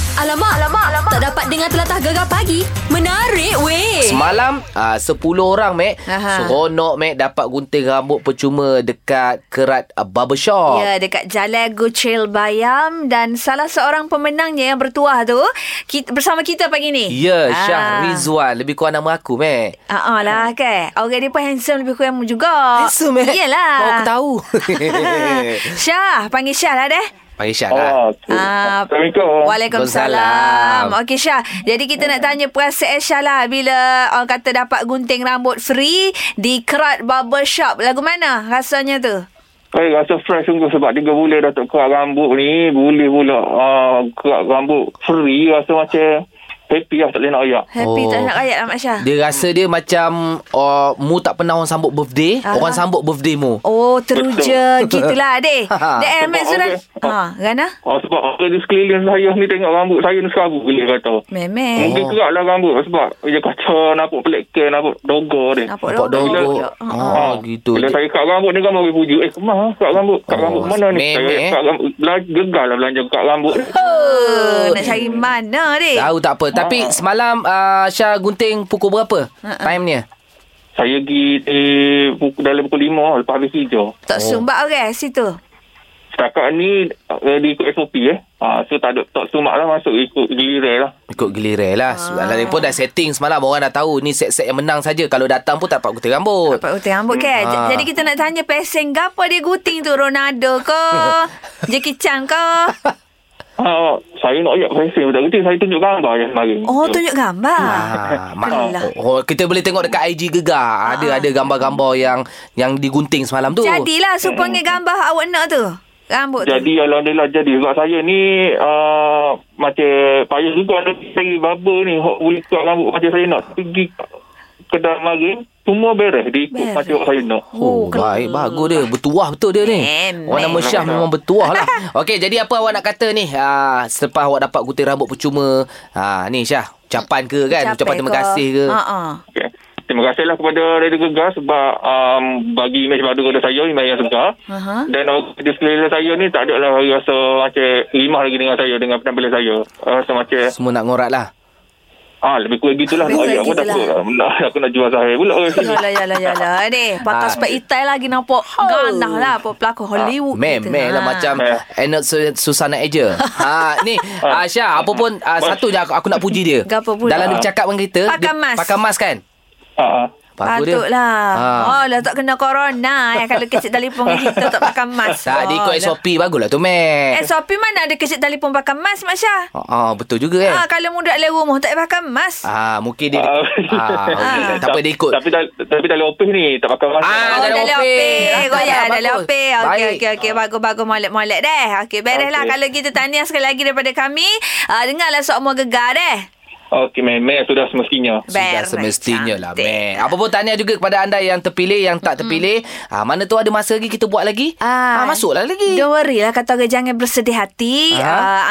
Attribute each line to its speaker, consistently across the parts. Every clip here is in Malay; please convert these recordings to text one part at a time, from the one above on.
Speaker 1: Alamak, alamak, alamak. Tak dapat dengar telatah gegar pagi. Menarik, weh.
Speaker 2: Semalam uh, 10 orang Mac
Speaker 1: Aha.
Speaker 2: Seronok Mac Dapat gunting rambut percuma Dekat kerat uh, barbershop
Speaker 3: Ya, dekat Jalan Gucil Bayam dan salah seorang pemenangnya yang bertuah tu kita, bersama kita pagi ni.
Speaker 2: Ya, Syah
Speaker 3: Ah.
Speaker 2: Rizwan. Lebih kurang nama aku, meh.
Speaker 3: Ah, ah lah kan. Orang dia pun handsome lebih kurang juga.
Speaker 2: Handsome, eh?
Speaker 3: Yelah.
Speaker 2: Baru aku tahu.
Speaker 3: Syah, panggil Syah lah deh.
Speaker 2: Panggil Syah lah.
Speaker 4: Ah, tu.
Speaker 3: Ah,
Speaker 4: Assalamualaikum.
Speaker 3: Waalaikumsalam.
Speaker 2: Waalaikumsalam.
Speaker 3: Okey Syah, jadi kita nak tanya perasaan Syah lah bila orang kata dapat gunting rambut free di Kerat Barbershop. Lagu mana rasanya tu?
Speaker 4: Saya rasa fresh sungguh sebab 3 bulan dah tak kerat rambut ni. Boleh pula ah, kerat rambut free. Rasa macam happy lah tak boleh nak ayak.
Speaker 3: Happy
Speaker 2: Oh.
Speaker 3: tak nak rakyat lah Mak Syah.
Speaker 2: Dia rasa dia macam uh, mu tak pernah orang sambut birthday,
Speaker 3: Aha.
Speaker 2: orang sambut birthday mu.
Speaker 3: Oh, teruja gitulah adik.
Speaker 2: Ha.
Speaker 3: Dek Ahmed
Speaker 4: Sebab
Speaker 3: Surah.
Speaker 4: orang-
Speaker 3: Ha, Rana?
Speaker 4: Ah, sebab orang di sekeliling saya ni tengok rambut saya ni sekabu boleh kata.
Speaker 3: Memang.
Speaker 2: Oh.
Speaker 4: Mungkin kerat lah rambut sebab dia kata nampak pelekan, nampak dogo dia.
Speaker 3: Nampak
Speaker 2: Nampak
Speaker 3: dogo.
Speaker 2: dogo.
Speaker 3: Ah,
Speaker 2: Oh, gitu.
Speaker 4: Bila saya kat rambut ni kan baru pujuk. Eh, kemah kat rambut. Kat
Speaker 2: Oh,
Speaker 4: rambut mana ni?
Speaker 2: memek,
Speaker 4: Saya
Speaker 2: eh.
Speaker 4: kat rambut. Bela- Gegar lah belanja kat rambut ni.
Speaker 3: Oh, nak cari mana dek?
Speaker 2: Tahu tak apa. Tapi
Speaker 3: Ah.
Speaker 2: semalam uh, Syah gunting pukul berapa?
Speaker 3: Ha,
Speaker 2: Time-nya?
Speaker 4: Saya pergi eh, pukul, dalam pukul 5 lepas habis
Speaker 2: Oh.
Speaker 4: hijau.
Speaker 3: Tak sumbat orang situ.
Speaker 4: Setakat ni uh, dia ikut SOP eh. Ha, so tak ada tak sumak lah masuk ikut giliran lah.
Speaker 2: Ikut giliran lah. Semalam pun dah setting semalam. Orang dah tahu ni set-set yang menang saja. Kalau datang pun tak dapat gunting rambut.
Speaker 3: Dapat gunting rambut kan?
Speaker 2: Oh. Hmm.
Speaker 3: J-
Speaker 2: Ah.
Speaker 3: Jadi kita nak tanya pesen apa dia gunting tu? Ronaldo ke? Jackie Chan ke?
Speaker 4: Ha, saya nak ajak saya tak kerti. Saya tunjuk gambar je semalam.
Speaker 3: Oh, tunjuk gambar.
Speaker 2: Ah, mak,
Speaker 3: Alah.
Speaker 2: oh, kita boleh tengok dekat IG Gegar. Ada ada gambar-gambar yang yang digunting semalam tu.
Speaker 3: Jadilah supaya gambar awak nak tu. Rambut tu.
Speaker 4: Jadi Alhamdulillah jadi sebab saya ni uh, macam payah juga ada saya barber ni hok boleh cut rambut macam saya nak pergi kedai mari semua beres dia ikut
Speaker 3: Beres.
Speaker 4: macam hok saya nak.
Speaker 2: Oh, baik bagus dia Bertuah betul dia ni
Speaker 3: Memang.
Speaker 2: Orang nama Syah memang bertuah lah Okey jadi apa awak nak kata ni ah, Selepas awak dapat gunting rambut percuma ah, Ni Syah Ucapan ke kan
Speaker 3: Capek
Speaker 2: Ucapan terima
Speaker 3: ke?
Speaker 2: kasih ke Ah.
Speaker 3: Ha, ha.
Speaker 4: Okay. Terima kasihlah kepada Radio Gegar sebab um, bagi imej baru kepada saya, imej yang segar.
Speaker 3: Aha.
Speaker 4: Dan orang di sekeliling saya ni tak ada lah rasa macam rimah lagi dengan saya, dengan penampilan saya. Rasa macam,
Speaker 2: Semua nak ngorat lah
Speaker 4: ah lebih kurang gitulah.
Speaker 3: Lebih
Speaker 4: Nak
Speaker 3: kurang
Speaker 4: ayat pun
Speaker 3: gitulah. Oh, lah, ya,
Speaker 4: takut lah. Nak, aku nak jual saya pula. orang sini.
Speaker 3: Yalah, yalah, yalah. Adik, pakai
Speaker 2: Ah.
Speaker 3: sebab itai lagi nampak ganah lah. Apa pelakon Hollywood.
Speaker 2: Mem,
Speaker 3: gitu.
Speaker 2: mem lah
Speaker 3: Ha.
Speaker 2: macam
Speaker 4: Eh.
Speaker 2: Enot Susana Eja ha, Ni ah, Syah apa pun ah, Satu je aku, aku nak puji dia
Speaker 3: Gapo pula?
Speaker 2: Dalam dia bercakap dengan kita
Speaker 3: Pakai
Speaker 2: dia
Speaker 3: mask.
Speaker 2: Pakai mask kan
Speaker 4: Ah, ah.
Speaker 2: Bagus dia.
Speaker 3: Patutlah.
Speaker 2: Ha.
Speaker 3: Ha. Oh, lah tak kena corona. Eh. Kalau kecil telefon kita tak pakai mask.
Speaker 2: Tak, dia ikut
Speaker 3: Oh,
Speaker 2: SOP Baguslah tu, Mac.
Speaker 3: lah. SOP mana ada kecil telefon pakai mask, Mak Syah?
Speaker 2: Ah, ah, betul juga
Speaker 3: Ah,
Speaker 2: kan?
Speaker 3: kalau muda dalam rumah tak payah pakai mask.
Speaker 2: Ah, mungkin dia ah,
Speaker 4: Ah.
Speaker 3: Ah.
Speaker 2: okay. tak apa dia ikut.
Speaker 4: Tapi, dal- tapi dalam opis ni tak pakai mask.
Speaker 2: Ah,
Speaker 3: Oh,
Speaker 2: dalam
Speaker 3: dalam
Speaker 2: opek.
Speaker 3: opek.
Speaker 2: Tak,
Speaker 3: Oh, ya,
Speaker 2: tak,
Speaker 3: dalam
Speaker 2: bagus.
Speaker 3: opek. Okey,
Speaker 2: Baik. Ah.
Speaker 3: okey, okey. Bagus-bagus. Molek-molek deh. Okey, beres lah.
Speaker 4: Okey.
Speaker 3: Kalau kita tanya sekali lagi daripada kami, ah, dengarlah semua gegar deh.
Speaker 4: Okey, memang sudah semestinya.
Speaker 2: Sudah
Speaker 3: Beres,
Speaker 2: semestinya lah,
Speaker 3: cantik.
Speaker 2: Mac. Apa pun tanya juga kepada anda yang terpilih, yang tak terpilih. Ah, mana tu ada masa lagi kita buat lagi? Ah, masuklah lagi.
Speaker 3: Don't worry lah Kata orang jangan bersedih hati
Speaker 2: Ah.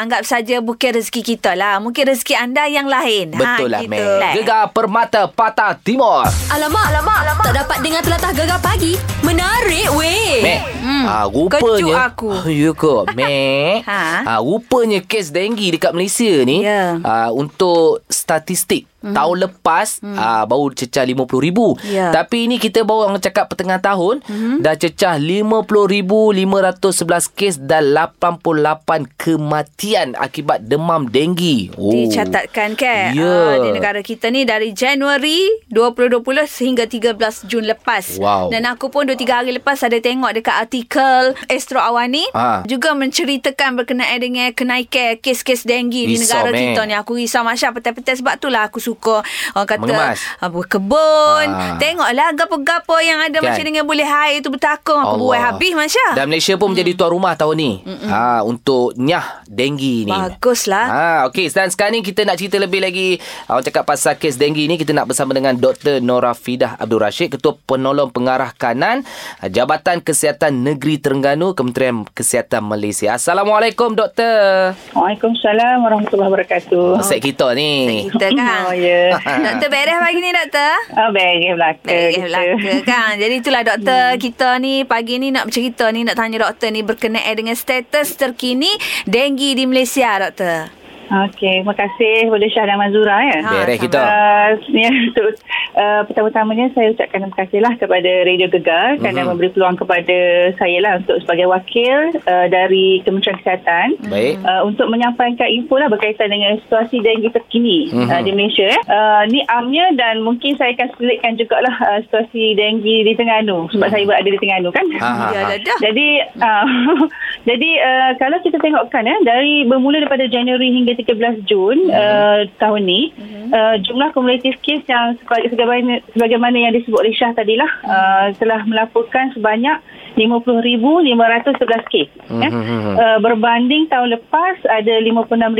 Speaker 3: ah. Anggap saja bukan rezeki kita lah Mungkin rezeki anda yang lain
Speaker 2: Betul lah,
Speaker 3: gitu
Speaker 2: Mac.
Speaker 3: lah.
Speaker 2: Gegar Permata Patah Timur.
Speaker 1: Alamak, alamak, alamak. Tak dapat dengar telatah gegar pagi. Menarik, weh.
Speaker 2: Mac, ah,
Speaker 3: Hmm. Kejut
Speaker 2: rupanya
Speaker 3: aku.
Speaker 2: Ya ke Mac
Speaker 3: Ha?
Speaker 2: ah, Rupanya kes denggi dekat Malaysia ni
Speaker 3: Ya. Hmm.
Speaker 2: ah, Untuk statistik Tahun lepas ah, Baru cecah RM50,000
Speaker 3: Ya. Hmm.
Speaker 2: Tapi ni kita baru orang cakap pertengahan tahun Dah cecah RM50,511 kes Dan 88 kematian Akibat demam denggi oh.
Speaker 3: Dicatatkan kan
Speaker 2: Ya.
Speaker 3: Ah, Di negara kita ni Dari Januari 2020 Sehingga 13 Jun lepas
Speaker 2: Wow.
Speaker 3: Dan aku pun 2-3 hari lepas Ada tengok dekat artikel Astro Awani
Speaker 2: Ah.
Speaker 3: Juga menceritakan Berkenaan dengan Kenaikan kes-kes denggi Di
Speaker 2: Risau,
Speaker 3: negara
Speaker 2: man.
Speaker 3: kita ni Aku risau Masya Petai-petai sebab tu lah Aku suka Orang kata
Speaker 2: Mengemas.
Speaker 3: ah, Berkebun
Speaker 2: Ah.
Speaker 3: Tengoklah lah Gapo-gapo yang ada
Speaker 2: Kan.
Speaker 3: Macam dengan boleh air tu Bertakung Aku buat habis Masya Hmm.
Speaker 2: Dan Malaysia pun menjadi tuan rumah tahun ni. Ha untuk nyah denggi ni.
Speaker 3: Baguslah.
Speaker 2: Ha okey dan sekarang ni kita nak cerita lebih lagi orang cakap pasal kes denggi ni kita nak bersama dengan Dr. Nora Fidah Abdul Rashid Ketua Penolong Pengarah Kanan ah, Jabatan Kesihatan Negeri Terengganu Kementerian Kesihatan Malaysia. Assalamualaikum doktor.
Speaker 5: Waalaikumsalam warahmatullahi wabarakatuh.
Speaker 2: Oh. Set kita ni.
Speaker 3: Kita kan
Speaker 5: Oh, ya.
Speaker 3: Doktor beres pagi ni doktor
Speaker 5: Ah, beres belaka.
Speaker 3: Baik,
Speaker 5: kita.
Speaker 3: belaka Eh, kan. Jadi itulah doktor hmm. kita ni pagi ni nak bercerita ni nak tanya doktor ni berkenaan dengan status terkini denggi di Malaysia doktor.
Speaker 5: Okey, terima kasih boleh Syah dan Mazura ya.
Speaker 3: Ha,
Speaker 2: Beres kita.
Speaker 5: Uh, ya, untuk, uh, pertama-tamanya saya ucapkan terima kasihlah kepada Radio Gegar mm-hmm.
Speaker 2: Mhm.
Speaker 5: kerana memberi peluang kepada saya lah untuk sebagai wakil uh, dari Kementerian Kesihatan
Speaker 2: Baik.
Speaker 5: uh, untuk menyampaikan info lah berkaitan dengan situasi denggi terkini
Speaker 2: Mhm.
Speaker 5: mm-hmm. uh, di Malaysia. eh. Uh, ni amnya dan mungkin saya akan selitkan jugalah uh, situasi denggi di Terengganu sebab saya berada di Terengganu kan.
Speaker 2: Mhm. Ha, ha,
Speaker 3: Ya,
Speaker 2: ha.
Speaker 3: dah dah.
Speaker 5: Jadi uh, jadi uh, kalau kita tengokkan eh dari bermula daripada Januari hingga 13
Speaker 2: Mhm.
Speaker 5: Jun uh, tahun ni uh, jumlah kumulatif kes yang sebagai- sebagaimana, sebagaimana yang disebut oleh Syah tadilah uh, telah melaporkan sebanyak 50,511 kes eh.
Speaker 2: Mhm.
Speaker 5: Uh, berbanding tahun lepas ada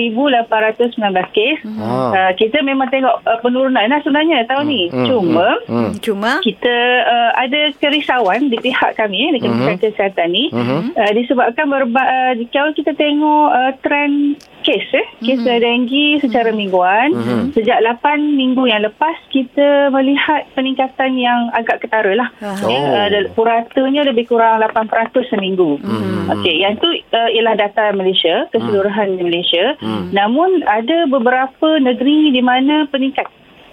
Speaker 5: 56,819 kes.
Speaker 2: Ah.
Speaker 5: Uh, kita memang tengok uh, penurunan lah sebenarnya tahun ni.
Speaker 2: Hmm,
Speaker 5: Cuma
Speaker 2: hmm,
Speaker 3: Cuma
Speaker 5: kita uh, ada kerisauan di pihak kami eh, di Kementerian Kesihatan ni
Speaker 2: Mhm.
Speaker 5: uh, disebabkan berba- uh, kalau kita tengok uh, trend kes eh, kes mm-hmm. denggi secara mingguan
Speaker 2: Mhm.
Speaker 5: sejak 8 minggu yang lepas kita melihat peningkatan yang agak ketara lah
Speaker 3: Oh.
Speaker 5: Ya, uh, dan puratanya lebih kurang 8% seminggu
Speaker 2: Mhm.
Speaker 5: Okey, yang tu uh, ialah data Malaysia keseluruhan Malaysia
Speaker 2: Hmm.
Speaker 5: namun ada beberapa negeri di mana peningkat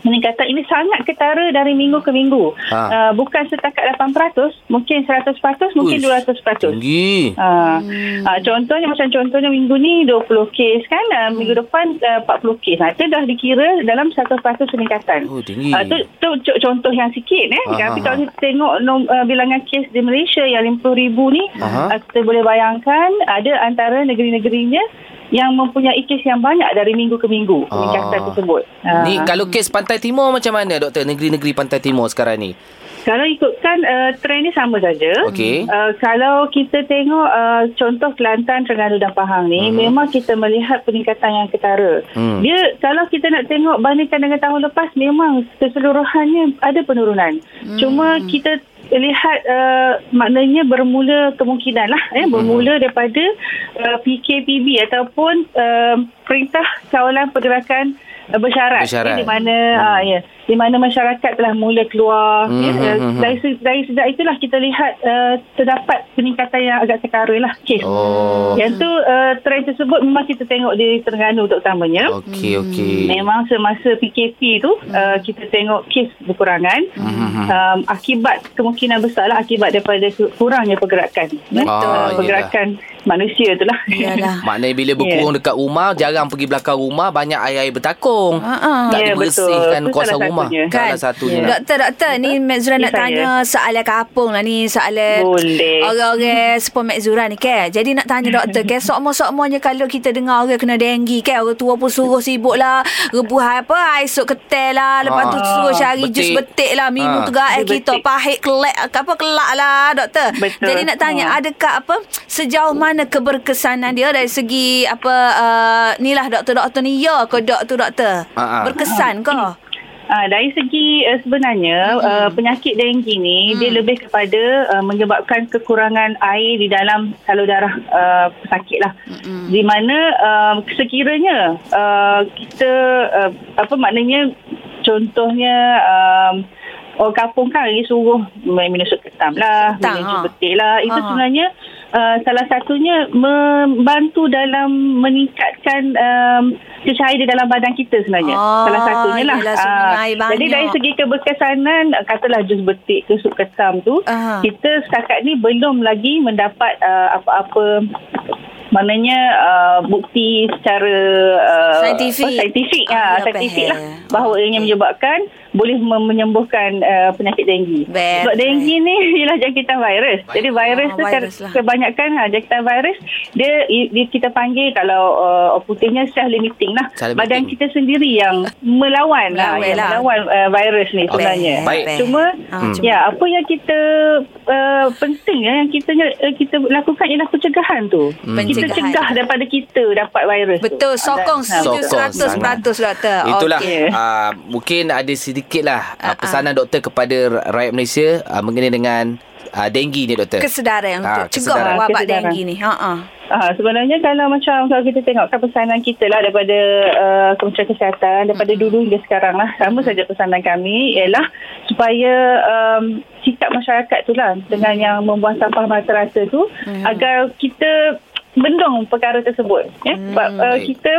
Speaker 5: peningkatan ini sangat ketara dari minggu ke minggu
Speaker 2: Ha.
Speaker 5: ha. uh, bukan setakat 8% mungkin 100% mungkin
Speaker 2: Uish,
Speaker 5: 200%
Speaker 2: Tinggi.
Speaker 5: Ha. Hmm. Ha, contohnya macam contohnya minggu ni 20 kes kan ha,
Speaker 2: Hmm.
Speaker 5: minggu depan uh, 40 kes. Ha, itu dah dikira dalam 100% peningkatan.
Speaker 2: Oh, tinggi.
Speaker 5: Ah, tu, tu co- contoh yang sikit eh.
Speaker 2: Aha.
Speaker 5: Tapi kalau kita tengok nom, uh, bilangan kes di Malaysia yang 50,000 ni,
Speaker 2: Aha.
Speaker 5: uh, kita boleh bayangkan ada antara negeri-negerinya yang mempunyai kes yang banyak dari minggu ke minggu
Speaker 2: Ah.
Speaker 5: peningkatan tersebut. Ah.
Speaker 2: Ni kalau kes Pantai Timur macam mana doktor? Negeri-negeri Pantai Timur sekarang ni.
Speaker 5: Kalau ikutkan uh, trend ni sama saja.
Speaker 2: Okey.
Speaker 5: Uh, kalau kita tengok uh, contoh Kelantan, Terengganu dan Pahang ni
Speaker 2: Mhm.
Speaker 5: memang kita melihat peningkatan yang ketara.
Speaker 2: Hmm.
Speaker 5: Dia kalau kita nak tengok bandingkan dengan tahun lepas memang keseluruhannya ada penurunan.
Speaker 2: Hmm.
Speaker 5: Cuma kita lihat uh, maknanya bermula kemungkinan lah
Speaker 2: Hmm.
Speaker 5: eh, bermula daripada uh, PKPB ataupun uh, Perintah Kawalan Pergerakan uh, Bersyarat,
Speaker 2: Bersyarat.
Speaker 5: Eh, di mana ah, ya di mana masyarakat telah mula keluar
Speaker 2: Hmm,
Speaker 5: ya,
Speaker 2: hmm,
Speaker 5: eh,
Speaker 2: hmm,
Speaker 5: dari, se- dari sejak itulah kita lihat uh, terdapat peningkatan yang agak ketara lah kes
Speaker 2: Oh.
Speaker 5: yang tu uh, trend tersebut memang kita tengok di Terengganu terutamanya.
Speaker 2: Okey, okey.
Speaker 5: Ya. Hmm, Memang semasa PKP tu uh, kita tengok kes berkurangan
Speaker 2: Mhm.
Speaker 5: um, akibat kemungkinan besarlah akibat daripada ke- kurangnya pergerakan. eh,
Speaker 2: Ah,
Speaker 5: uh,
Speaker 2: yelah.
Speaker 5: pergerakan manusia tu lah.
Speaker 3: Yalah.
Speaker 2: Maknanya bila berkurung yeah. dekat rumah, jarang pergi belakang rumah, banyak air-air bertakung.
Speaker 3: Ha-ha.
Speaker 2: Tak
Speaker 5: Ya,
Speaker 2: yeah, dibersihkan
Speaker 5: betul. Itu
Speaker 2: kawasan
Speaker 5: salah
Speaker 2: rumah.
Speaker 5: satunya.
Speaker 2: Salah lah. satunya.
Speaker 5: Ya.
Speaker 2: Yeah.
Speaker 3: Kan? Doktor, doktor, ni Mek Zura
Speaker 5: Ni
Speaker 3: nak
Speaker 5: saya.
Speaker 3: tanya soalan kampung lah ni, soalan
Speaker 5: Boleh.
Speaker 3: orang-orang sepuluh Mek Zura ni ke. Jadi nak tanya doktor ke, sokmo-sokmonya kalau kita dengar orang kena denggi ke, orang tua pun suruh sibuk lah, rebuah apa, air sup ketel lah, lepas tu
Speaker 2: Ah,
Speaker 3: suruh cari
Speaker 2: betik.
Speaker 3: jus betik lah, minum
Speaker 2: Ah.
Speaker 3: tu gaik
Speaker 5: Jus
Speaker 3: kita,
Speaker 5: betik.
Speaker 3: pahit kelak, apa kelak lah doktor.
Speaker 5: Betul.
Speaker 3: Jadi nak tanya,
Speaker 5: Ah.
Speaker 3: adakah apa, sejauh mana keberkesanan dia dari segi apa, uh, ni lah doktor-doktor ni, ya ke doktor-doktor?
Speaker 2: Ah, ah.
Speaker 3: Berkesan ke?
Speaker 5: Uh, dari segi uh, sebenarnya
Speaker 3: Mhm.
Speaker 5: hmm. uh, penyakit denggi ni hmm. dia lebih kepada uh, menyebabkan kekurangan air di dalam salur darah uh, pesakit lah.
Speaker 3: Mhm.
Speaker 5: Hmm. Di mana uh, sekiranya uh, kita uh, apa maknanya contohnya um, orang kampung kan lagi suruh main minum sup ketam lah,
Speaker 3: Ketam,
Speaker 5: minum jus
Speaker 3: ha.
Speaker 5: betik lah. Itu
Speaker 3: Ha.
Speaker 5: sebenarnya uh, salah satunya membantu dalam meningkatkan um, cecair di dalam badan kita sebenarnya.
Speaker 3: Ah,
Speaker 5: salah satunya lah.
Speaker 3: yelah, sumber
Speaker 5: Ah,
Speaker 3: air
Speaker 5: jadi
Speaker 3: banyak.
Speaker 5: dari segi keberkesanan ah, katalah jus betik ke sup ketam tu
Speaker 3: Ah.
Speaker 5: kita setakat ni belum lagi mendapat ah, apa-apa maknanya ah, bukti secara ah,
Speaker 3: Saintifik.
Speaker 5: apa, saintifik
Speaker 3: Ah,
Speaker 5: ah,
Speaker 3: ya,
Speaker 5: saintifik lah
Speaker 3: faham.
Speaker 5: bahawa ianya menyebabkan boleh mem- menyembuhkan ah, penyakit denggi.
Speaker 3: Baik,
Speaker 5: Sebab denggi ni ialah jangkitan virus. Jadi virus
Speaker 3: Ah,
Speaker 5: tu
Speaker 3: virus
Speaker 5: ter-
Speaker 3: lah.
Speaker 5: kebanyakan ah, jangkitan virus dia, i- dia kita panggil kalau ah, orang putihnya self limiting lah.
Speaker 2: Self-limiting.
Speaker 5: Badan kita sendiri yang melawan lah,
Speaker 3: Melawan
Speaker 5: yang
Speaker 3: lah.
Speaker 5: melawan uh, virus ni sebenarnya.
Speaker 2: Baik.
Speaker 5: Cuma
Speaker 3: Ah,
Speaker 5: hmm. ya apa yang kita uh, penting ya, yang kita eh, kita lakukan ialah pencegahan tu. Kita
Speaker 3: Pencegahan.
Speaker 5: cegah daripada kita dapat virus tu.
Speaker 3: Betul, sokong setuju
Speaker 2: Sokong
Speaker 3: seratus
Speaker 2: sangat.
Speaker 3: peratus doktor.
Speaker 2: Itulah
Speaker 3: Okey.
Speaker 2: okay.
Speaker 5: Okey.
Speaker 2: uh, mungkin ada sedikit lah uh,
Speaker 3: Ah, ah.
Speaker 2: pesanan doktor kepada rakyat Malaysia uh, mengenai dengan uh, denggi ni doktor.
Speaker 3: Ha, Kesedaran
Speaker 2: Ah,
Speaker 3: untuk cegah
Speaker 2: kesedaran.
Speaker 3: wabak
Speaker 5: Kesedaran.
Speaker 3: denggi ni. Ha ah.
Speaker 5: Ha, sebenarnya kalau macam kalau kita tengokkan pesanan kita lah daripada uh, Kementerian Kesihatan daripada dulu hingga sekarang lah sama
Speaker 2: Hmm.
Speaker 5: saja pesanan kami ialah supaya um, sikap masyarakat tu lah dengan yang membuang sampah mata
Speaker 2: Hmm.
Speaker 5: rata tu agar kita bendung perkara tersebut ya sebab
Speaker 2: Hmm,
Speaker 5: uh,
Speaker 2: Baik.
Speaker 5: kita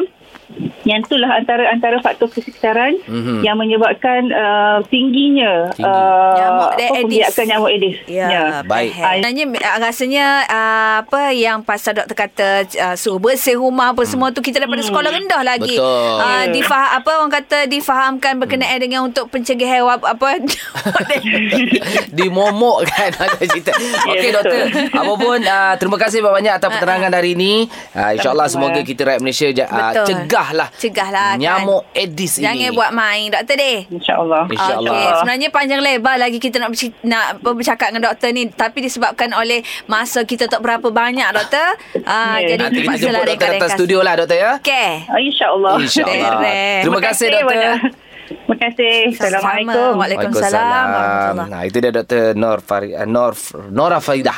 Speaker 5: Yang itulah antara antara faktor kesekitaran
Speaker 2: Mhm.
Speaker 5: mm-hmm. yang menyebabkan uh, tingginya
Speaker 2: Tinggi.
Speaker 5: Uh,
Speaker 3: Nyamuk
Speaker 5: apa,
Speaker 3: Aedes.
Speaker 5: pembiakan nyamuk Aedes.
Speaker 3: Ya,
Speaker 2: Baik.
Speaker 3: faham. Sebenarnya ah, rasanya ah, apa yang pasal doktor kata ah, suruh bersih rumah apa semua tu kita daripada sekolah rendah lagi.
Speaker 2: Betul.
Speaker 3: Ah, difaham apa orang kata difahamkan berkenaan dengan untuk pencegahan wab- apa
Speaker 2: Dimomok kan ada cerita. Okey
Speaker 5: Ya, betul.
Speaker 2: doktor. Apa pun uh, terima kasih banyak-banyak
Speaker 3: Ah,
Speaker 2: atas penerangan hari ini. Uh, InsyaAllah
Speaker 5: Sama-sama.
Speaker 2: semoga kita rakyat Malaysia ja- uh,
Speaker 3: Betul.
Speaker 2: cegahlah.
Speaker 3: Cegahlah, kan.
Speaker 2: Nyamuk Aedes ini.
Speaker 3: jangan buat main doktor deh.
Speaker 5: InsyaAllah.
Speaker 2: InsyaAllah.
Speaker 3: Okey, sebenarnya panjang lebar lagi kita nak berci- nak apa, bercakap dengan doktor ni tapi disebabkan oleh masa kita tak berapa banyak doktor. Ah
Speaker 5: Ya.
Speaker 3: jadi
Speaker 2: Nanti kita
Speaker 3: terpaksa
Speaker 2: jemput
Speaker 3: lah
Speaker 2: doktor datang
Speaker 3: ringkas.
Speaker 2: studio lah doktor ya.
Speaker 3: Okey.
Speaker 5: InsyaAllah.
Speaker 2: InsyaAllah.
Speaker 3: Beres.
Speaker 2: Terima kasih doktor.
Speaker 5: banyak. Terima kasih.
Speaker 3: Sama-sama.
Speaker 5: Assalamualaikum.
Speaker 3: Waalaikumsalam warahmatullahi.
Speaker 2: Nah, itu dia Dr. Nor Fari, uh, Nor, Nora Faridah.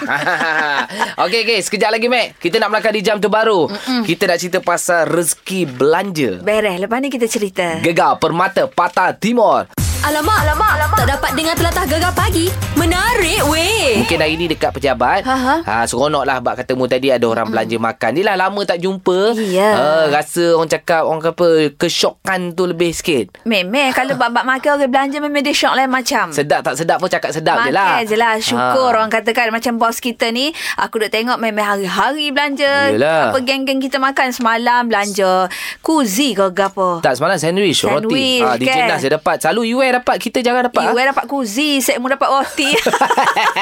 Speaker 2: Okey, okey. Sekejap lagi, Mac. Kita nak melangkah di jam terbaru. Mm-mm. Kita nak cerita pasal rezeki belanja.
Speaker 3: Beres. Lepas ni kita cerita.
Speaker 2: Gegar Permata Patah Timur.
Speaker 1: Alamak, alamak, alamak. Tak dapat dengar telatah gegar pagi. Menarik weh.
Speaker 2: Mungkin hari ni dekat pejabat
Speaker 3: Ha,
Speaker 2: ha, Seronok lah Bak kata mu tadi Ada orang belanja makan Yelah lama tak jumpa
Speaker 3: Ya.
Speaker 2: Ah, Rasa orang cakap Orang kata apa Kesyokan tu lebih sikit
Speaker 3: Memang kalau bab-bab makan orang belanja memang dia syok lain macam.
Speaker 2: Sedap tak sedap pun cakap sedap je
Speaker 3: Makan
Speaker 2: lah
Speaker 3: je lah Syukur
Speaker 2: Ha.
Speaker 3: orang katakan Macam bos kita ni Aku duk tengok memang hari-hari belanja
Speaker 2: Yelah.
Speaker 3: Apa geng-geng kita makan Semalam belanja Kuzi ke apa
Speaker 2: Tak semalam sandwich, roti
Speaker 3: Sandwich,
Speaker 2: ha, Di
Speaker 3: kan? eh.
Speaker 2: jenaz dia dapat Selalu UA dapat Kita jarang dapat
Speaker 3: Iwe
Speaker 2: ha?
Speaker 3: dapat kuzi Sekmu dapat roti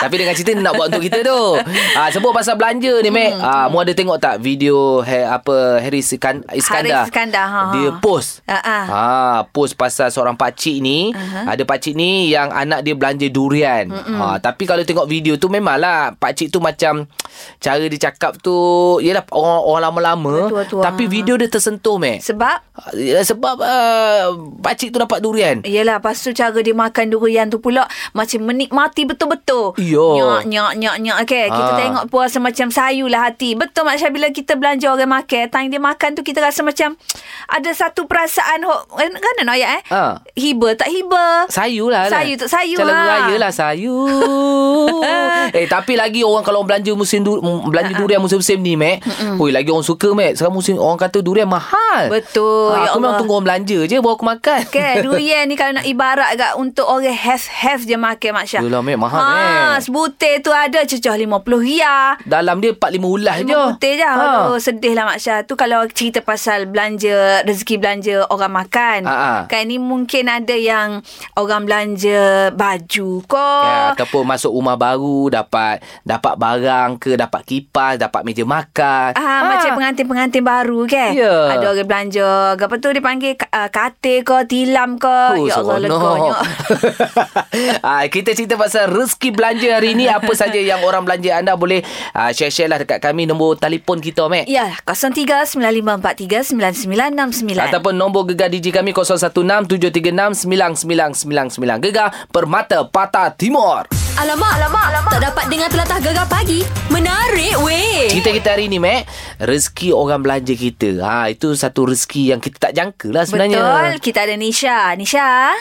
Speaker 2: Tapi dengan cerita ni nak buat untuk kita tu ha, Sebut pasal belanja ni Mac
Speaker 3: Hmm,
Speaker 2: ha, Mu ada tengok tak video he, apa Haris Ikan- Iskandar
Speaker 3: Haris Iskandar, ha, ha.
Speaker 2: Dia post
Speaker 3: Ha, ha.
Speaker 2: ha, Post pasal seorang pakcik ni uh-huh. Ada pakcik ni yang anak dia belanja durian ha, Tapi kalau tengok video tu memanglah Pakcik tu macam Cara dia cakap tu Yelah orang, orang lama-lama
Speaker 3: Tua-tua.
Speaker 2: Tapi video dia tersentuh Mac
Speaker 3: Sebab
Speaker 2: Yelah, Ah, Sebab uh, pakcik tu dapat durian
Speaker 3: Yelah Lepas tu cara dia makan durian tu pula Macam menikmati betul-betul
Speaker 2: Iya.
Speaker 3: Nyak nyak nyak nyak okay, Kita
Speaker 2: Ah.
Speaker 3: tengok puasa macam sayu lah hati Betul Mak Syah Bila kita belanja orang makan Time dia makan tu kita rasa macam Ada satu perasaan hok- Kan kan nak ayat eh
Speaker 2: Ah.
Speaker 3: Hiba tak hiba
Speaker 2: Sayu lah lah.
Speaker 3: Sayu tak sayu
Speaker 2: Calon
Speaker 3: lah.
Speaker 2: raya lah sayu Eh tapi lagi orang Kalau orang belanja musim du- mm, Belanja durian musim-musim ni Mac Oi lagi orang suka Mac Sekarang musim Orang kata durian mahal
Speaker 3: Betul, ya
Speaker 2: ha, Aku memang
Speaker 3: Allah.
Speaker 2: tunggu orang belanja je Baru aku makan
Speaker 3: Kan durian ni kalau nak ibarat kat untuk orang have-have je makan Mak Syah. Ah,
Speaker 2: Yelah, Mek, mahal, Mek.
Speaker 3: sebutir tu ada cecah RM50.
Speaker 2: Dalam dia 4-5 ulas je
Speaker 3: Lima butir je. Ha. Aduh, sedih lah Mak Syah. Tu kalau cerita pasal belanja, rezeki belanja orang makan.
Speaker 2: Ha, ha.
Speaker 3: Kan ni mungkin ada yang orang belanja baju kau.
Speaker 2: Ya, ataupun masuk rumah baru dapat dapat barang ke dapat kipas dapat meja makan
Speaker 3: Ah, ha. macam pengantin-pengantin baru kan.
Speaker 2: Ya.
Speaker 3: Ada orang belanja, apa tu dipanggil uh, katil ke, tilam ke.
Speaker 2: Oh,
Speaker 3: ya Allah
Speaker 2: seronok.
Speaker 3: leganya.
Speaker 2: ah, kita cerita pasal rezeki belanja hari ni apa saja yang orang belanja anda boleh ah, share-share lah dekat kami nombor telefon kita Mac.
Speaker 3: Ya, 0395439969.
Speaker 2: Ataupun nombor gegar DJ kami 0167369999. Gegar Permata Patah Timur.
Speaker 1: Alamak, alamak, alamak. Tak dapat dengar telatah gegar pagi. Menarik
Speaker 3: Eh.
Speaker 1: weh.
Speaker 2: Cerita kita hari ni, Mac, rezeki orang belanja kita. Ha, itu satu rezeki yang kita tak jangka lah sebenarnya.
Speaker 3: Betul, kita ada Nisha. Nisha.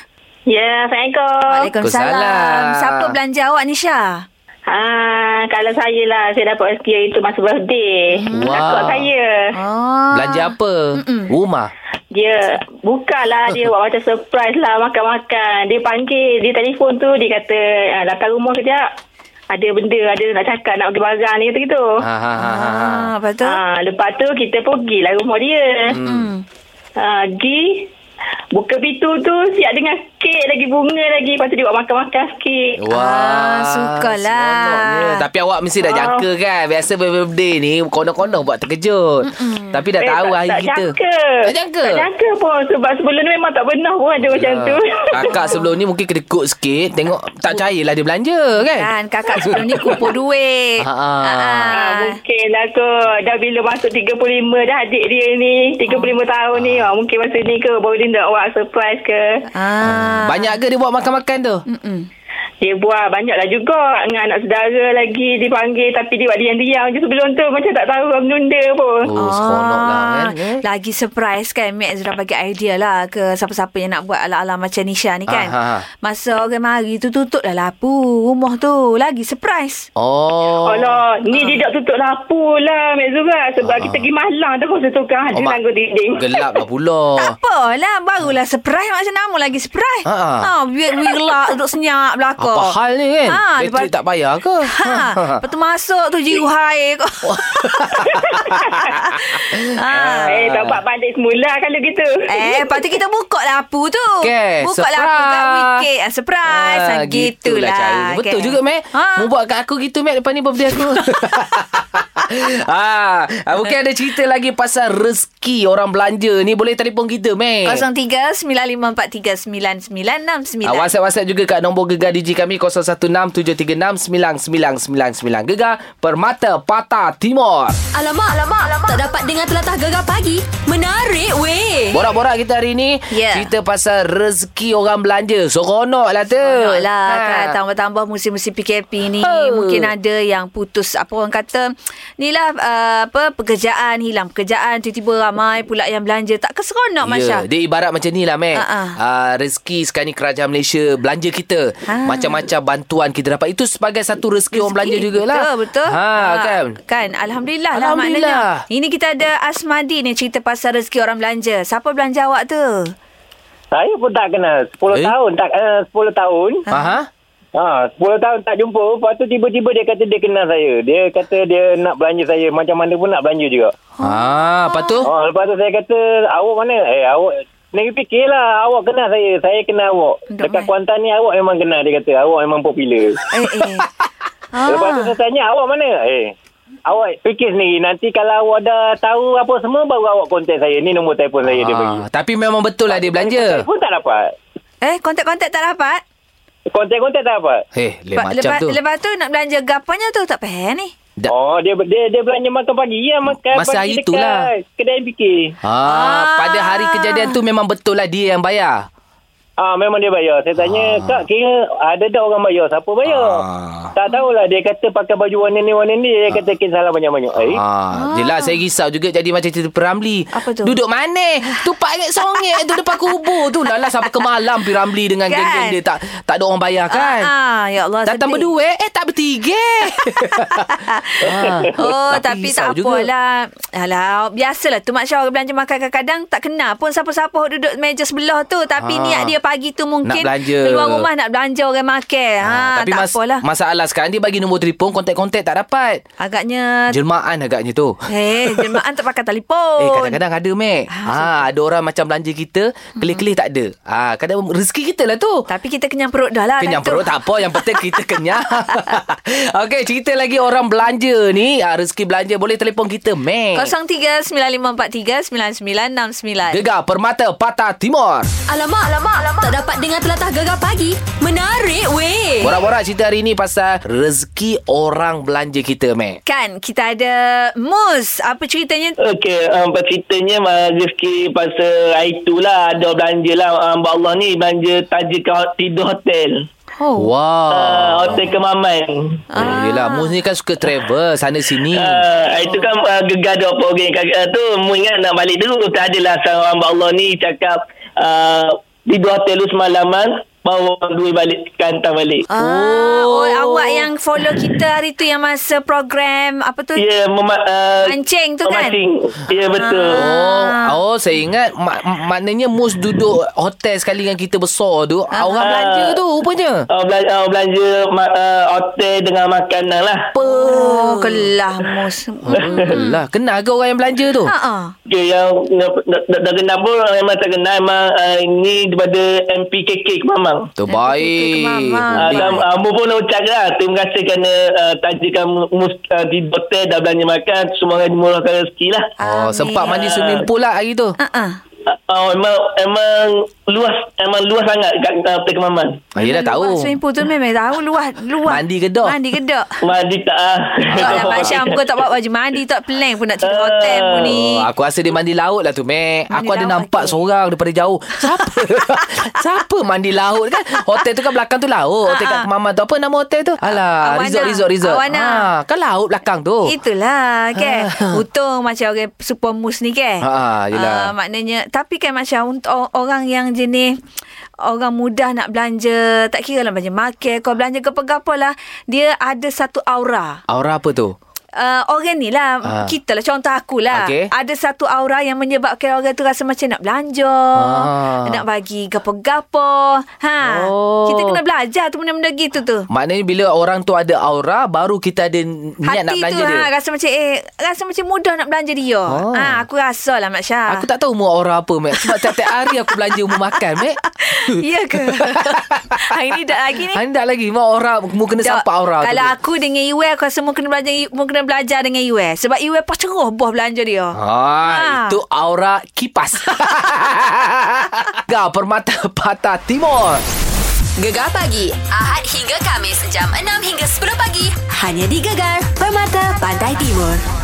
Speaker 6: Ya, Assalamualaikum.
Speaker 2: Waalaikumsalam.
Speaker 3: Siapa belanja awak Nisha?
Speaker 6: Ha, kalau saya lah, saya dapat rezeki hari tu masa birthday.
Speaker 2: Hmm. Wow.
Speaker 6: Takut saya.
Speaker 3: Oh.
Speaker 2: Belanja apa? Mm-mm. Rumah.
Speaker 6: Dia bukalah, dia buat macam surprise lah, makan-makan. Dia panggil, dia telefon tu, dia kata, ah, datang rumah kejap. Ada benda, ada nak cakap, nak pergi barang, dia kata gitu.
Speaker 2: Ha, ha, ha, ha,
Speaker 3: Oh.
Speaker 2: ha.
Speaker 3: Ah, lepas tu?
Speaker 6: Ah, lepas tu kita pergilah rumah dia. Hmm. Ah, pergi buka pintu tu siap dengan kek lagi bunga lagi lepas tu dia buat makan-makan sikit.
Speaker 2: Oh,
Speaker 3: Ah, sukalah. Ah.
Speaker 2: seronoknya. Tapi awak mesti dah jangka kan. Biasa birthday ni konon-konon buat terkejut. Mm-mm. Tapi dah tahu
Speaker 6: Eh,
Speaker 2: hari
Speaker 6: tak
Speaker 2: kita.
Speaker 6: Jangka.
Speaker 2: Tak jangka.
Speaker 6: Tak jangka pun sebab sebelum ni memang tak pernah pun ada macam tu.
Speaker 2: Ya. Kakak sebelum ni mungkin kedekut sikit Tengok tak percayalah dia belanja kan
Speaker 3: Kan kakak sebelum ni kumpul duit.
Speaker 2: Ha, ha.
Speaker 6: Ah,
Speaker 3: Ah.
Speaker 6: mungkin lah kot Dah bila masuk 35 Dah adik dia ni 35 tahun ni ah, Mungkin masa ni ke Baru dia nak buat surprise ke
Speaker 3: Ah. Mm.
Speaker 2: Banyak ke dia buat makan-makan tu?
Speaker 3: Mm-mm.
Speaker 6: Dia buat banyaklah juga dengan anak saudara lagi dipanggil tapi dia buat diam-diam je sebelum tu macam tak tahu menunda pun.
Speaker 2: Oh, seronok lah
Speaker 3: Ah.
Speaker 2: kan. eh?
Speaker 3: Lagi surprise kan Mek Zura bagi idea lah Ke siapa-siapa yang nak buat ala-ala macam Nisha ni kan
Speaker 2: Ah, ah, ah.
Speaker 3: Masa orang mari tu tutup dah lapu Rumah tu Lagi surprise
Speaker 2: Oh.
Speaker 6: Oh. Alah, ni dia tak tutup lapu lah Mek Zura sebab kita pergi malang terus dia tukar ada
Speaker 2: Mak-
Speaker 6: langgur dinding.
Speaker 2: Gelap lah pula.
Speaker 3: Tak apalah Barulah surprise Macam nama lagi surprise
Speaker 2: Ah, ah.
Speaker 3: ha, Biar biar gelap Duduk senyap belakang
Speaker 2: Apa hal ni kan?
Speaker 3: Ah,
Speaker 2: Elektrik
Speaker 3: lepas-
Speaker 2: tak payah ke?
Speaker 3: Ha, lepas tu masuk tu jiru air kot. ha.
Speaker 6: Eh, tak buat balik semula kalau gitu.
Speaker 3: Eh, lepas tu kita buka lapu tu.
Speaker 2: Okay,
Speaker 3: Oh, buka
Speaker 2: Kan? surprise. lah
Speaker 3: lapu kat wicket. Ah, surprise. Ah, gitulah.
Speaker 2: cara dia. Betul
Speaker 3: kan.
Speaker 2: juga, Mac. Ha.
Speaker 3: Ha.
Speaker 2: Mu buat kat aku gitu, Mac. Lepas ni birthday aku. ha. Ah, Mungkin ada cerita lagi pasal rezeki orang belanja ni. Boleh telefon kita, Mac.
Speaker 3: 03-9543-9969
Speaker 2: Ah, WhatsApp-WhatsApp juga kat nombor gegar DJ kami 0167369999. Gegar Permata Patah Timur.
Speaker 1: Alamak, alamak, alamak. Tak dapat dengar telatah gegar pagi. Menarik weh.
Speaker 2: Borak-borak kita hari ni
Speaker 3: Ya.
Speaker 2: Cerita pasal rezeki orang belanja Seronok lah tu
Speaker 3: Seronok lah
Speaker 2: Ha.
Speaker 3: kan Tambah-tambah musim-musim PKP ni
Speaker 2: Oh.
Speaker 3: Mungkin ada yang putus Apa orang kata Ni lah uh, apa, Pekerjaan Hilang pekerjaan Tiba-tiba ramai pula yang belanja Tak keseronok yeah. Masya
Speaker 2: Ya, Dia ibarat macam ni lah, Mac.
Speaker 3: Ha, ha.
Speaker 2: Uh-uh. Uh, rezeki sekarang ni kerajaan Malaysia belanja kita.
Speaker 3: Ha.
Speaker 2: Macam-macam bantuan kita dapat. Itu sebagai satu rezeki, orang belanja jugalah.
Speaker 3: Betul betul
Speaker 2: Ha, kan?
Speaker 3: Kan Alhamdulillah,
Speaker 2: Alhamdulillah.
Speaker 3: lah maknanya Ini kita ada Asmadi ni Cerita pasal rezeki orang belanja Siapa belanja awak tu?
Speaker 7: Saya pun tak kenal. 10
Speaker 2: Eh?
Speaker 7: eh? tahun tak uh, 10 tahun.
Speaker 2: Aha.
Speaker 7: Ha, 10 tahun tak jumpa. Lepas tu tiba-tiba dia kata dia kenal saya. Dia kata dia nak belanja saya. Macam mana pun nak belanja juga.
Speaker 2: Ha, lepas tu?
Speaker 7: Ha, lepas tu saya kata, awak mana? Eh, awak... Negeri fikirlah awak kenal saya. Saya kenal awak.
Speaker 3: Dok
Speaker 7: Dekat
Speaker 3: mai.
Speaker 7: Kuantan ni awak memang kenal. Dia kata awak memang popular.
Speaker 3: Eh eh
Speaker 7: Ah. Lepas tu saya tanya awak mana? Eh, awak fikir sendiri. Nanti kalau awak dah tahu apa semua baru awak kontak saya. Ni nombor telefon saya ya, dia bagi.
Speaker 2: Ha, tapi memang betul lah dia
Speaker 7: Saya
Speaker 2: belanja.
Speaker 7: pun tak dapat.
Speaker 3: Eh kontak-kontak tak dapat?
Speaker 7: Kontak-kontak tak dapat.
Speaker 2: Eh, le
Speaker 3: Lepas,
Speaker 2: macam
Speaker 3: lepas,
Speaker 2: tu.
Speaker 3: lepas tu nak belanja gapanya tu tak payah ni.
Speaker 2: Da-
Speaker 7: Oh, dia dia dia belanja makan pagi. Ya, makan
Speaker 2: Masa
Speaker 7: pagi
Speaker 2: hari
Speaker 7: dekat
Speaker 2: tu lah.
Speaker 7: kedai fikir.
Speaker 2: Ha, pada hari
Speaker 3: Ah.
Speaker 2: kejadian tu memang betul lah dia yang bayar.
Speaker 7: Ah, memang dia bayar. Saya tanya, Kak, kira ada tak orang bayar? Siapa bayar?
Speaker 2: Ah.
Speaker 7: Tak tahulah. Dia kata pakai baju warna ni, warna ni. Dia kata, kira salah banyak-banyak. Eh?
Speaker 2: Ha, jelah saya risau juga jadi macam cerita Piramli.
Speaker 3: Ah. Apa tu?
Speaker 2: Duduk mana? Tupak ingat songek tu depan kubur tu. Lala sampai ke malam Piramli dengan
Speaker 3: Kan?
Speaker 2: geng-geng dia tak tak ada orang bayar kan.
Speaker 3: Ah, ah, ya Allah.
Speaker 2: Datang
Speaker 3: sedih.
Speaker 2: berdua eh tak bertiga. Ah,
Speaker 3: Oh, tapi, tapi
Speaker 2: risau
Speaker 3: tak apalah. Alah, biasalah tu Masya orang belanja makan kadang-kadang tak kenal pun siapa-siapa yang duduk meja sebelah tu. Tapi
Speaker 2: Ah.
Speaker 3: niat dia pagi tu mungkin
Speaker 2: Nak belanja. Ah,
Speaker 3: keluar rumah nak belanja orang makan. Ha,
Speaker 2: tapi
Speaker 3: tak
Speaker 2: mas-
Speaker 3: apalah.
Speaker 2: masalah sekarang dia bagi nombor telefon kontak-kontak tak dapat.
Speaker 3: Agaknya
Speaker 2: Jelmaan agaknya tu.
Speaker 3: eh jelmaan tak pakai telefon.
Speaker 2: Eh kadang-kadang ada Mac ha, Ada orang macam belanja kita
Speaker 3: Hmm.
Speaker 2: Kelih-kelih tak ada ha, Kadang rezeki kita lah tu
Speaker 3: Tapi kita kenyang perut dah lah.
Speaker 2: Kenyang
Speaker 3: dah tu.
Speaker 2: perut tak apa Yang penting kita kenyang Okey cerita lagi orang belanja ni ah, Rezeki belanja boleh telefon kita Mac
Speaker 3: 03-9543-9969
Speaker 2: Gegar Permata Patah Timur
Speaker 1: Alamak, alamak, alamak. Tak dapat dengar telatah gegar pagi. Menarik weh.
Speaker 2: Borak-borak cerita hari ni pasal Rezeki orang belanja kita Mac
Speaker 3: Kan kita ada Mus Apa ceritanya
Speaker 7: Okey, um, ceritanya uh, rezeki pasal hari tu lah. Ada belanja lah. Um, Allah ni belanja tajuk tidur hotel. Ah,
Speaker 3: Oh Ah.
Speaker 2: Wow
Speaker 7: kemaman.
Speaker 2: Oh, yelah, Mus ni kan suka travel sana sini.
Speaker 3: Hmm.
Speaker 7: Uh, itu
Speaker 3: Oh.
Speaker 7: kan uh, gegar dia apa orang okay. uh, tu mu ingat nak balik dulu tak adalah seorang hamba Allah ni cakap uh, di dua hotel lu semalaman bawa orang duit balik kantar balik
Speaker 3: Ah, oh. awak yang follow kita hari tu yang masa program apa tu?
Speaker 7: ya yeah, mema- uh,
Speaker 3: Mancing tu kan?
Speaker 7: memancing. ya yeah, betul
Speaker 2: Oh, oh saya ingat mak, maknanya Mus duduk hotel sekali dengan kita besar tu.
Speaker 3: Ah,
Speaker 2: Orang belanja tu rupanya.
Speaker 7: uh, belanja, uh, belanja ma- uh, hotel dengan makanan lah
Speaker 3: Oh, kelah mus.
Speaker 2: Hmm. Lah, kenal ke orang yang belanja tu?
Speaker 3: Ha ah.
Speaker 7: okay, yang nak- nak- nak- tak kenal pun orang memang tak kenal memang uh, ini daripada MPKK Kemamang
Speaker 3: Nanti
Speaker 2: Terbaik.
Speaker 3: kita ke Mama.
Speaker 2: Baik.
Speaker 7: Adam, uh, Mu pun nak ucapkan terima kasih kerana uh, tajikan mus, uh, di hotel dah belanja makan. Semua orang dimurahkan rezeki lah.
Speaker 2: Oh, sempat mandi swimming pool lah hari tu.
Speaker 3: Ha ah.
Speaker 7: Uh, Oh, emang, emang luas emang luas sangat kat uh, perkemaman.
Speaker 2: Ah, yelah
Speaker 3: Memang
Speaker 2: tahu.
Speaker 3: luas Swimming pool tu memang tahu luas. luas.
Speaker 2: Mandi kedok.
Speaker 3: Mandi kedok.
Speaker 7: Mandi tak ah.
Speaker 3: Alah, Macam kau tak bawa baju mandi tak pelan pun nak tidur hotel mu ni.
Speaker 2: Oh, aku rasa dia mandi laut lah tu, Mac.
Speaker 3: Mandi
Speaker 2: Aku ada
Speaker 3: laut,
Speaker 2: nampak
Speaker 3: okey.
Speaker 2: seorang daripada jauh. Siapa? Siapa mandi laut kan? Hotel tu kan belakang tu laut. Hotel kat
Speaker 3: Ah, ah.
Speaker 2: Kemaman tu. Apa nama hotel tu? Alah,
Speaker 3: Awana.
Speaker 2: resort, resort, resort.
Speaker 3: Awana.
Speaker 2: Ha, kan laut belakang tu.
Speaker 3: Itulah kan. Untung macam orang super mus ni kan.
Speaker 2: Ha, Ah. yelah.
Speaker 3: Ah, maknanya tapi kan macam untuk o- orang yang jenis orang mudah nak belanja, tak kira lah belanja makan, kau belanja gapo-gapo lah, dia ada satu aura.
Speaker 2: Aura apa tu?
Speaker 3: Uh, orang ni lah
Speaker 2: Ah.
Speaker 3: Kita lah Contoh akulah
Speaker 2: Okey.
Speaker 3: Ada satu aura yang menyebabkan Orang tu rasa macam nak belanja
Speaker 2: Ah.
Speaker 3: Nak bagi gapo-gapo ha.
Speaker 2: Oh.
Speaker 3: Kita kena belajar tu Benda-benda gitu tu
Speaker 2: Maknanya bila orang tu ada aura, baru kita ada niat
Speaker 3: Hati
Speaker 2: nak belanja
Speaker 3: tu
Speaker 2: dia.
Speaker 3: ha, rasa macam eh rasa macam mudah nak belanja dia.
Speaker 2: Oh.
Speaker 3: Oh. Ha aku rasalah Mak Syah.
Speaker 2: Aku tak tahu mu aura apa, Mac. Sebab tiap-tiap hari aku belanja mu makan, Mac.
Speaker 3: Ya ke? Hari ni dah lagi ni.
Speaker 2: Hari ni tak lagi. Mu aura, mu kena
Speaker 3: Dok,
Speaker 2: sampai aura tu.
Speaker 3: Kalau
Speaker 2: Mac.
Speaker 3: aku dengan Iwe Aku rasa mu kena belajar Mu kena belajar dengan Iwe Sebab Iwe pas ceroh Boh belanja dia
Speaker 2: Ah,
Speaker 3: Ha.
Speaker 2: itu aura kipas. Gah Permata Patah Timur.
Speaker 1: Gegar pagi Ahad hingga Kamis jam 6 hingga 10 pagi hanya di Gegar Permata Pantai Timur.